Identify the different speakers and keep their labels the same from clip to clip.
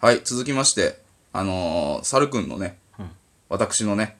Speaker 1: はい、続きまして、あのー、猿くんのね、私のね、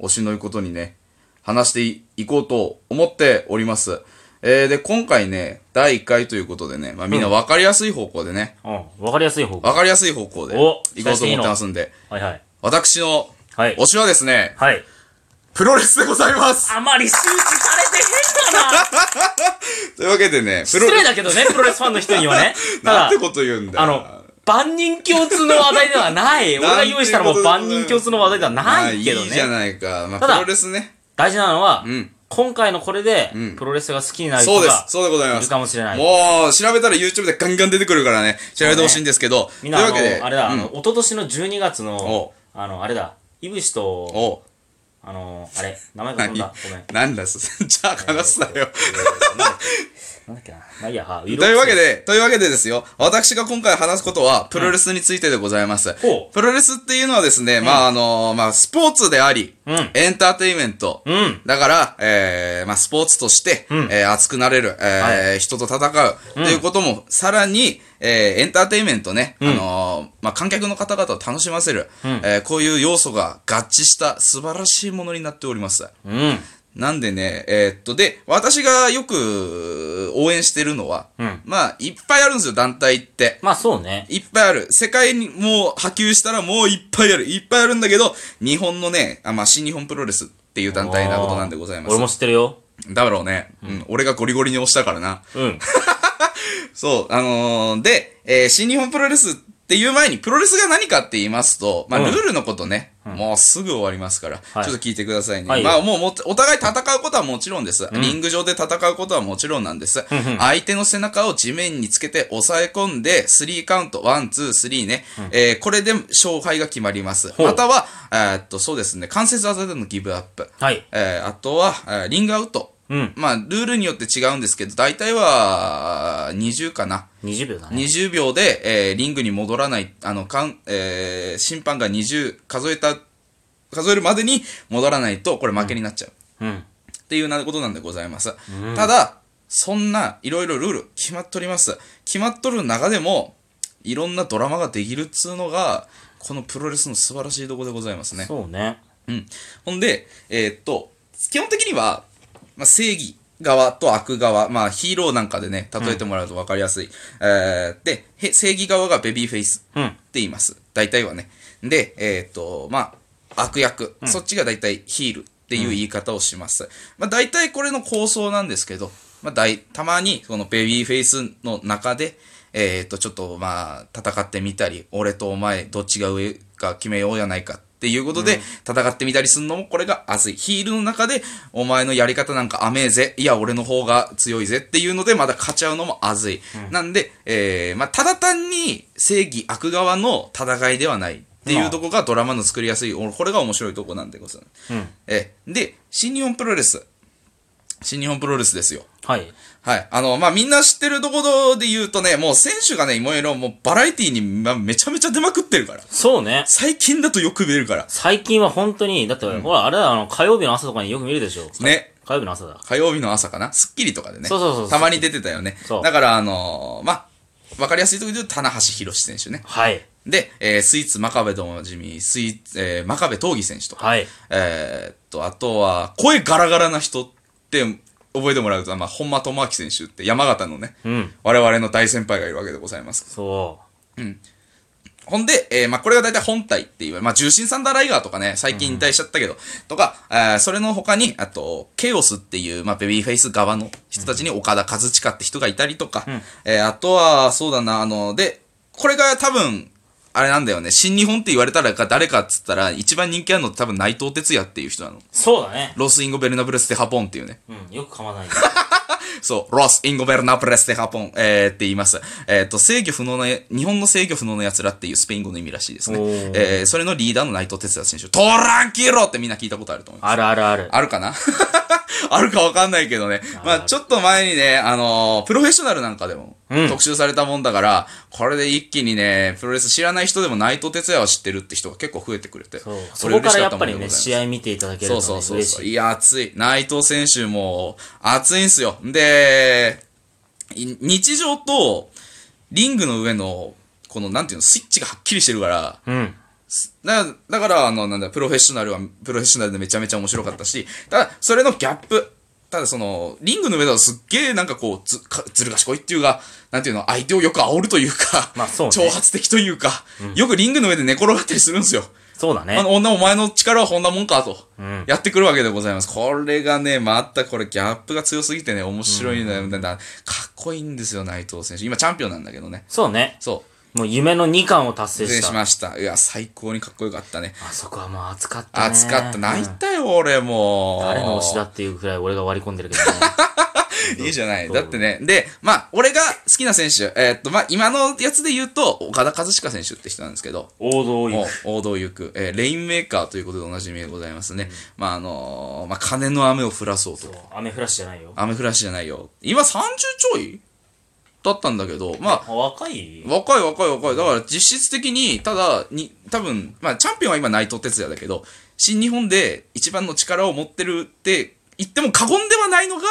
Speaker 1: 推しのいうことにね、話していいこうと思っております。えー、で、今回ね、第1回ということでね、まあみんな分かりやすい方向でね、
Speaker 2: うん。わかりやすい方が。
Speaker 1: 分かりやすい方向で
Speaker 2: お
Speaker 1: 行こうと思ってますんで、
Speaker 2: はいはい。
Speaker 1: 私の
Speaker 2: はい
Speaker 1: 推。しはですね、
Speaker 2: はい。
Speaker 1: プロレスでございます
Speaker 2: あまり周知されてへんかな
Speaker 1: というわけでね、プロ
Speaker 2: 失
Speaker 1: レ
Speaker 2: 礼
Speaker 1: ス、
Speaker 2: だけどね、プロレスファンの人にはね。た
Speaker 1: なんて、
Speaker 2: だ
Speaker 1: こと言うんだよ。
Speaker 2: あの、万人共通の話題では ない。俺が用意したらもう万人共通の話題ではないけど
Speaker 1: まあいいじゃ
Speaker 2: ね。
Speaker 1: ないか。まあ、プ
Speaker 2: ただ
Speaker 1: ロレスね。
Speaker 2: 大事なのは
Speaker 1: ん、
Speaker 2: 今回のこれで
Speaker 1: ん、
Speaker 2: プロレスが好きになる
Speaker 1: そ
Speaker 2: 人
Speaker 1: うで
Speaker 2: が
Speaker 1: す。、そうでございま
Speaker 2: いる
Speaker 1: す。
Speaker 2: かもしれない。
Speaker 1: もう、調べたら YouTube でガンガン出てくるからね、調べてほしいんですけど。
Speaker 2: みんな、あ
Speaker 1: というわけで、
Speaker 2: の、あれだ、あ
Speaker 1: うん
Speaker 2: の、一昨年の12月の
Speaker 1: お、
Speaker 2: あの、あれだ、いぶしと、
Speaker 1: おう
Speaker 2: あの、あれ、名前が飛
Speaker 1: 何
Speaker 2: んだ。ごめん。
Speaker 1: なんだす、 じゃあ話すなよ。
Speaker 2: なんだっけな。まあいいや、は、と
Speaker 1: というわけ。で、というわけでですよ、私が今回話すことは、プロレスについてでございます。
Speaker 2: ほう
Speaker 1: プロレスっていうのはですね、まあ、あの、まあ、スポーツであり、
Speaker 2: うん
Speaker 1: エンターテインメント。
Speaker 2: うん。
Speaker 1: だから、えーまあ、スポーツとして、
Speaker 2: ん
Speaker 1: えー熱くなれる、えー
Speaker 2: は
Speaker 1: 人と戦う、ということも、さらに、えーエンターテインメントね、あのーまあ、観客の方々を楽しませる、えーこういう要素が合致した素晴らしいものになっております。
Speaker 2: うん。
Speaker 1: なんでね、えーっと、で、私がよく応援してるのは、
Speaker 2: うん
Speaker 1: まあ、いっぱいあるんですよ、団体って。
Speaker 2: まあそうね。
Speaker 1: いっぱいある。世界にもう波及したらもういっぱいある。いっぱいあるんだけど、日本のね、あまあ、新日本プロレスっていう団体なことなんでございます
Speaker 2: 俺。も知ってるよ。
Speaker 1: だろうね。うん。俺がゴリゴリに押したからな。
Speaker 2: うん。
Speaker 1: そう、あのーで、えー新日本プロレスっていう前に、プロレスが何かって言いますと、まあ、
Speaker 2: うん
Speaker 1: ルールのことね、もうすぐ終わりますから、
Speaker 2: はい
Speaker 1: ちょっと聞いてくださいね。
Speaker 2: はい
Speaker 1: まあ、もうもうお互い戦うことはもちろんです、リング上で戦うことはもちろんなんです。相手の背中を地面につけて押さえ込んで、3カウント、ワン、ツー、スリーね、えーこれで勝敗が決まります。
Speaker 2: う
Speaker 1: または、えーっと、そうですね、関節技でのギブアップ。
Speaker 2: はい。
Speaker 1: えーあとは、えーリングアウト。
Speaker 2: うん
Speaker 1: まあ、ルールによって違うんですけど、大体は、20かな。
Speaker 2: 20秒だね。
Speaker 1: 20秒で、えーリングに戻らない、あの、かん、えー審判が20数えた、数えるまでに戻らないと、これ負けになっちゃう。
Speaker 2: うん。
Speaker 1: っていうようなことなんでございます。ただ、そんないろいろルール決まっとります。決まっとる中でも、いろんなドラマができるっつうのが、このプロレスの素晴らしいとこでございますね。
Speaker 2: そうね。
Speaker 1: うん。ほんで、えーっと、基本的には、まあ、正義側と悪側、まあ、ヒーローなんかでね、例えてもらうと分かりやすい。えーでへ正義側がベビーフェイス
Speaker 2: うん
Speaker 1: って言います。大体はね。で、えーっと、まあ、悪役、そっちが大体ヒールっていう言い方をします。まあ、大体これの構想なんですけど、まあ、大たまに、このベビーフェイスの中で、えーっと、ちょっと、まあ、戦ってみたり、俺とお前、どっちが上か決めようやないかっていうことで、戦ってみたりするのも、これが熱い。ヒールの中で、お前のやり方なんか甘えぜ。いや、俺の方が強いぜっていうので、まだ勝ち合うのも熱い。なんで、えー、まあ、ただ単に正義悪側の戦いではないっていうとこがドラマの作りやすい。おこれが面白いとこなんでございます。
Speaker 2: うん。
Speaker 1: え、で、新日本プロレス。新日本プロレスですよ。
Speaker 2: はい。
Speaker 1: はい。あの、まあ、みんな知ってるところで言うとね、もう選手がね、いろいろもうバラエティに、まあ、めちゃめちゃ出まくってるから。
Speaker 2: そうね。
Speaker 1: 最近だとよく見えるから。
Speaker 2: 最近は本当に、だって、ほら、あれだ、あの、火曜日の朝とかによく見るでしょ。
Speaker 1: ね。
Speaker 2: 火曜日の朝だ。
Speaker 1: 火曜日の朝かなスッキリとかでね。
Speaker 2: そうそうそうそう
Speaker 1: たまに出てたよね
Speaker 2: そ。う
Speaker 1: だから、あのーまあ、わかりやすいところで言うと、棚橋宏選手ね。
Speaker 2: はい。
Speaker 1: で、えースイーツ真壁とおなじみ、スイーツ、えー真壁闘技選手とか。
Speaker 2: はい。
Speaker 1: えーっと、あとは、声ガラガラな人って覚えてもらうと、まあ、本間智明選手って山形のね、
Speaker 2: うん。
Speaker 1: 我々の大先輩がいるわけでございます。
Speaker 2: そ
Speaker 1: ほんで、えーまあ、これが大体本体っていう、まあ、重心サンダーライガーとかね、最近引退しちゃったけど、とか、えーそれの他に、あと、ケイオスっていう、まあ、ベビーフェイス側の人たちに岡田和親って人がいたりとか、えーあとは、そうだな、あの、で、これが多分、あれなんだよね、新日本って言われたら誰かっつったら、一番人気あるのって多分内藤哲也っていう人なの。
Speaker 2: う。そうだね。
Speaker 1: ロス・インゴ・ベルナブレス・テハポンっていうね。
Speaker 2: うん。よく噛まないね。
Speaker 1: そう、ロス・インゴベルナプレス・テハポン、えー、って言います。えっ、と、制御不能な、日本の制御不能な奴らっていうスペイン語の意味らしいですね
Speaker 2: おー。
Speaker 1: えー、それのリーダーの内藤哲也選手、トランキーロってみんな聞いたことあると思います。
Speaker 2: あるあるある。
Speaker 1: あるかな あるかわかんないけどね。まあちょっと前にね、あのープロフェッショナルなんかでも、
Speaker 2: うん
Speaker 1: 特集されたもんだから、これで一気にね、プロレス知らない人でも内藤哲也は知ってるって人が結構増えてくれて。
Speaker 2: そう。そ
Speaker 1: 俺嬉
Speaker 2: こ
Speaker 1: し
Speaker 2: からや
Speaker 1: っ
Speaker 2: った
Speaker 1: も
Speaker 2: ぱ
Speaker 1: んでござい
Speaker 2: りね、
Speaker 1: ます
Speaker 2: 試合見ていただけ
Speaker 1: そ
Speaker 2: ると
Speaker 1: うそう
Speaker 2: ね
Speaker 1: そう
Speaker 2: 嬉
Speaker 1: そう。
Speaker 2: しい。
Speaker 1: いや、熱い。内藤選手も、熱いんすよ。で、い日常と、リングの上の、この、なんていうの、スイッチがはっきりしてるから、
Speaker 2: うん。
Speaker 1: だだから、あの、なんだ、プロフェッショナルは、プロフェッショナルでめちゃめちゃ面白かったし、ただ、それのギャップ。ただ、その、リングの上だとすっげえ、なんかこう、ず、かずる賢いっていうか、なんていうの、相手をよく煽るというか、
Speaker 2: まあそうね
Speaker 1: 挑発的というか、よくリングの上で寝転がったりするんですよ。
Speaker 2: そうだね
Speaker 1: あ。の、女、お前の力はこんなもんかと、
Speaker 2: ん
Speaker 1: やってくるわけでございます。これがね、またこれ、ギャップが強すぎてね、面白いんだよ、だかっこいいんですよ、内藤選手。今、チャンピオンなんだけどね。
Speaker 2: そうね。
Speaker 1: そう。
Speaker 2: もう夢の2巻を達成
Speaker 1: 失礼
Speaker 2: し。
Speaker 1: したました。いや、最高にかっこよかったね。
Speaker 2: あそこはもう熱かったね。
Speaker 1: 暑かった。泣い
Speaker 2: うん
Speaker 1: たよ、俺もう。
Speaker 2: 誰の推しだっていうくらい俺が割り込んでるけど ね。
Speaker 1: いいじゃない。
Speaker 2: どう
Speaker 1: だってね。で、まあ、俺が好きな選手、えーっと、まあ、今のやつで言うと、岡田和親選手って人なんですけど、
Speaker 2: 王道
Speaker 1: もう
Speaker 2: 行く。
Speaker 1: 王道行く、えーレインメーカーということでおなじみでございますね。まあ、あのーまあ、金の雨を降らそうと。
Speaker 2: 雨降らしじゃないよ。
Speaker 1: 雨降らしじゃないよ。今30ちょいだったんだけど、まあ、
Speaker 2: あ、若い
Speaker 1: 若い若い若い。だから実質的に、ただ、に、多分、まあ、チャンピオンは今内藤哲也だけど、新日本で一番の力を持ってるって言っても過言ではないのが、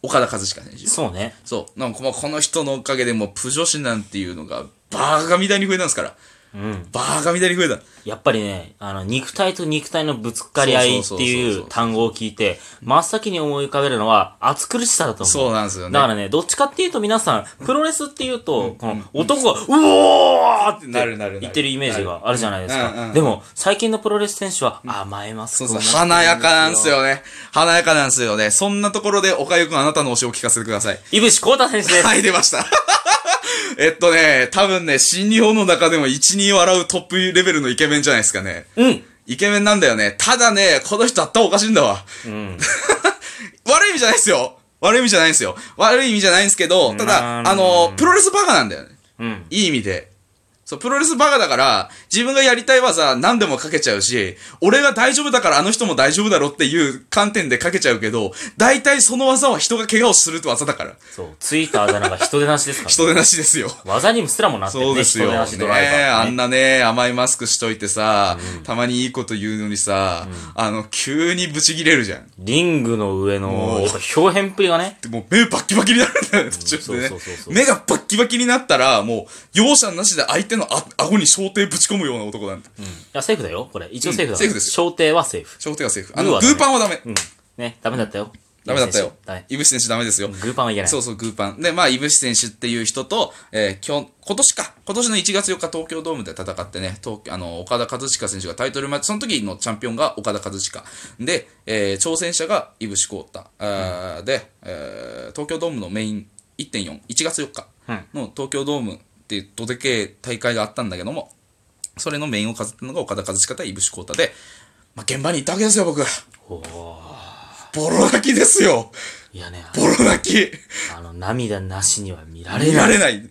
Speaker 1: 岡田和親選手。
Speaker 2: そうね。
Speaker 1: そう。なんかもうこの人のおかげでもう、プジョシなんていうのが、バーガみたいに増えたんですから。
Speaker 2: うん。
Speaker 1: バーガみたいに増えた。
Speaker 2: やっぱりね、あの、肉体と肉体のぶつかり合いって
Speaker 1: そうそうそう
Speaker 2: い
Speaker 1: そう
Speaker 2: う単語を聞いて、真っ先に思い浮かべるのは、暑苦しさだと思う。
Speaker 1: そうなんですよね。
Speaker 2: だからね、どっちかっていうと皆さん、プロレスっていうと、この男が、うおーって
Speaker 1: なるなるなる
Speaker 2: 言ってるイメージがあるじゃないです
Speaker 1: うんうんうん
Speaker 2: か。でも、最近のプロレス選手は甘えます。
Speaker 1: そうそう、華やかなんです
Speaker 2: よ。
Speaker 1: よね。華やかなんですよね。そんなところで、岡ゆくんあなたの推しを聞かせてください。
Speaker 2: いぶしこうた選手 です。
Speaker 1: はい、出ました。えっとね、多分ね、新日本の中でも1、2笑うトップレベルのイケメンじゃないですかね。
Speaker 2: うん。
Speaker 1: イケメンなんだよね。ただね、この人頭おかしいんだわ。
Speaker 2: うん。
Speaker 1: 悪い意味じゃないですよ。悪い意味じゃないですよ。悪い意味じゃないんですけど、ただ、
Speaker 2: うん
Speaker 1: あの、プロレスバカなんだよね。
Speaker 2: うん。
Speaker 1: いい意味で。そう、プロレスバカだから、自分がやりたい技何でもかけちゃうし、俺が大丈夫だからあの人も大丈夫だろっていう観点でかけちゃうけど、大体その技は人が怪我をするって技だから。
Speaker 2: そう、ついたあだ名が人手なしですからね。
Speaker 1: 人でなしですよ。
Speaker 2: 技にもすらもなってる
Speaker 1: そう
Speaker 2: ね、
Speaker 1: ですよ。
Speaker 2: 人手なしドライバ
Speaker 1: ねえ
Speaker 2: ー
Speaker 1: あ
Speaker 2: ってね。
Speaker 1: んなね、甘いマスクしといてさ、たまにいいこと言うのにさ、あの、急にブチ切れるじゃん。
Speaker 2: リングの上
Speaker 1: も
Speaker 2: の
Speaker 1: う、
Speaker 2: やっぱ表変っぷりがね。
Speaker 1: でもう目バッキバキになるんだよね、途中でね
Speaker 2: そうそうそう。そう
Speaker 1: 目がバッキバキになったら、もう、容赦なしで相手のあ顎に小手ぶち込むような男なんだ。
Speaker 2: いや、セーフだよ、これ。一応セーフだ。
Speaker 1: うんセーフです
Speaker 2: 小艇はセーフ。
Speaker 1: 小手がセーフ。あ
Speaker 2: グー
Speaker 1: の、
Speaker 2: は
Speaker 1: グ
Speaker 2: ダメ
Speaker 1: ーパンはダメ。
Speaker 2: うん。ね、ダメだったよ。
Speaker 1: ダメだったよ
Speaker 2: ダメ。。
Speaker 1: イブシ選手ダメですよ。
Speaker 2: グーパンはいけない。
Speaker 1: そうそう、グーパン。で、まあ、イブシ選手っていう人と、えー今日、今年か、今年の1月4日東京ドームで戦ってね、東あの、岡田和親選手がタイトルマッチ、その時のチャンピオンが岡田和親。で、えー挑戦者がイブシコータ。あーで、えー東京ドームのメイン1.4、1月4日の東京ドームっていうどでけえ大会があったんだけども、それのメインを飾ったのが岡田和親対イブシコータで、まあ、現場にいたわけですよ、僕。
Speaker 2: おー
Speaker 1: ボロ泣きですよ。
Speaker 2: いやね、
Speaker 1: ボロ泣き。
Speaker 2: あの、涙なしには見られ
Speaker 1: 見ら
Speaker 2: ない。
Speaker 1: れない。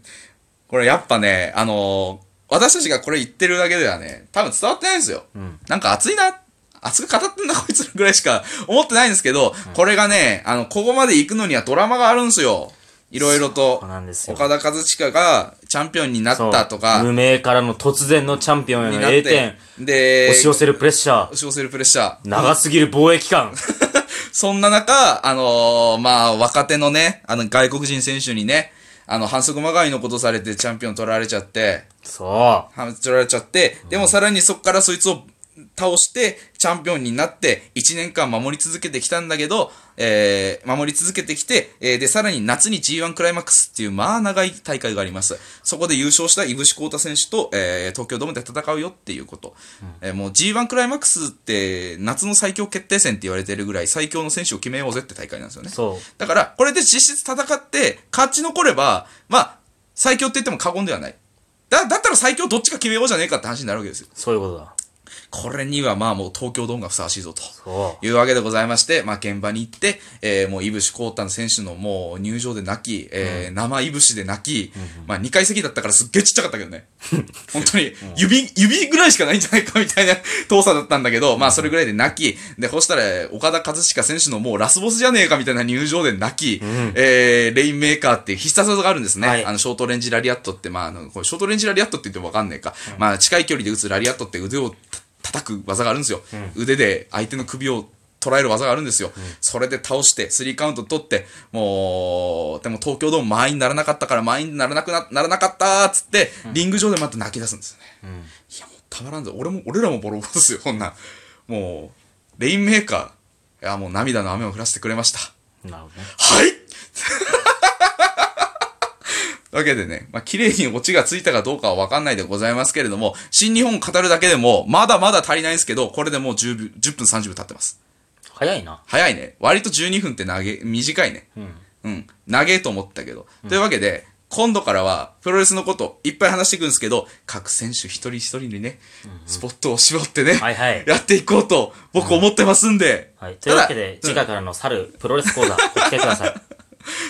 Speaker 1: これやっぱね、あのー私たちがこれ言ってるだけではね、多分伝わってないんですよ。なんか熱いな、熱く語ってんだこいつらぐらいしか 思ってないんですけど、これがね、あの、ここまで行くのにはドラマがあるんですよ。いろいろと
Speaker 2: そうなんで、すよ
Speaker 1: 岡田和親がチャンピオンになっ
Speaker 2: そう
Speaker 1: たとか、
Speaker 2: 無
Speaker 1: に
Speaker 2: 名からの突然のチャンピオンへの
Speaker 1: なっ
Speaker 2: A
Speaker 1: て
Speaker 2: 点。、
Speaker 1: で、
Speaker 2: 押し寄せるプレッシャー。
Speaker 1: 押し寄せるプレッシャー。
Speaker 2: 長すぎる防衛期間。
Speaker 1: そんな中、あのーまあ、若手のね、あの、外国人選手にね、あの、反則まがいのことされてチャンピオン取られちゃって、
Speaker 2: そ
Speaker 1: はめ取られちゃって、でもさらにそこからそいつを倒して、チャンピオンになって、1年間守り続けてきたんだけど、えー守り続けてきて、えーで、さらに夏に G1 クライマックスっていう、まあ長い大会があります。そこで優勝した井口浩太選手と、えー東京ドームで戦うよっていうこと。えーもう G1 クライマックスって、夏の最強決定戦って言われてるぐらい、最強の選手を決めようぜって大会なんですよね
Speaker 2: う。。そう。
Speaker 1: だから、これで実質戦って、勝ち残れば、まあ、最強って言っても過言ではない。だ、だったら最強どっちか決めようじゃねえかって話になるわけですよ。
Speaker 2: そういうことだ。
Speaker 1: これにはまあもう東京ドームがふさわしいぞと。
Speaker 2: そ
Speaker 1: いうわけでございまして、まあ現場に行って、えー、もう、いぶしこうたん選手のもう入場で泣き、えー、生いぶしで泣き、まあ2階席だったからすっげえちっちゃかったけど ね。本当に、指、指ぐらいしかないんじゃないかみたいな遠さだったんだけど、まあそれぐらいで泣き、で、そしたら、岡田和親選手のもうラスボスじゃねえかみたいな入場で泣き、えー、レインメーカーっていう必殺技があるんですね。
Speaker 2: はい
Speaker 1: あの、ショートレンジラリアットって、まあ、あの、これショートレンジラリアットって言ってもわかんねえか。まあ近い距離で打つラリアットって腕をた叩く技があるんですよ。腕で相手の首を捉える技があるんですよ。それで倒して、スリーカウント取って、もう、でも東京ドーム満員にならなかったから満員にならなくな、ならなかったーっつって、リング上でまた泣き出すんですよね。いや、もうたまらんぞ。俺も、俺らもボロボロですよ、こんなん。もう、レインメーカー、いや、もう涙の雨を降らせてくれました。
Speaker 2: なるほどね。
Speaker 1: はいわけでね、まあ、綺麗にオチがついたかどうかはわかんないでございますけれども、新日本を語るだけでも、まだまだ足りないんですけど、これでもう 10, 分10分30分経ってます。
Speaker 2: 早いな。
Speaker 1: 早いね。割と12分って投げ、短いね。
Speaker 2: うん。
Speaker 1: うん。長えと思ったけど。というわけで、今度からは、プロレスのこと、いっぱい話していくんですけど、各選手一人一人にね、スポットを絞ってね、
Speaker 2: はいはい
Speaker 1: やっていこうと、僕思ってますんで。
Speaker 2: はい。というわけ
Speaker 1: ただ
Speaker 2: で、
Speaker 1: うん
Speaker 2: 次回からの猿プロレス講座、お付き合いください。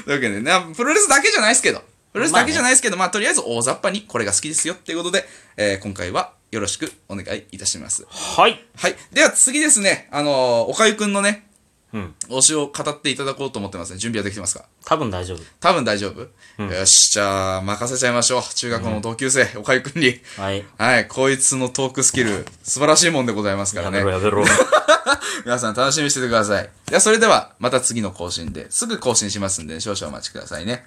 Speaker 1: というわけでね、プロレスだけじゃないですけど、プロレスだけじゃないですけど、まあ、とりあえず大雑把にこれが好きですよっていうことで、えー今回はよろしくお願いいたします。
Speaker 2: はい。
Speaker 1: はい。では次ですね、あのーおかゆくんのね、
Speaker 2: うん。
Speaker 1: 推しを語っていただこうと思ってますね。準備はできてますか
Speaker 2: 多分大丈夫。
Speaker 1: 多分大丈夫、よし、じゃあ、任せちゃいましょう。中学校の同級生、おかゆくんに。
Speaker 2: はい。
Speaker 1: はい、こいつのトークスキル、素晴らしいもんでございますから
Speaker 2: や
Speaker 1: ね
Speaker 2: め。ろやめろ。
Speaker 1: 皆さん楽しみにしててください。では、それでは、また次の更新ですぐ更新しますんで、少々お待ちくださいね。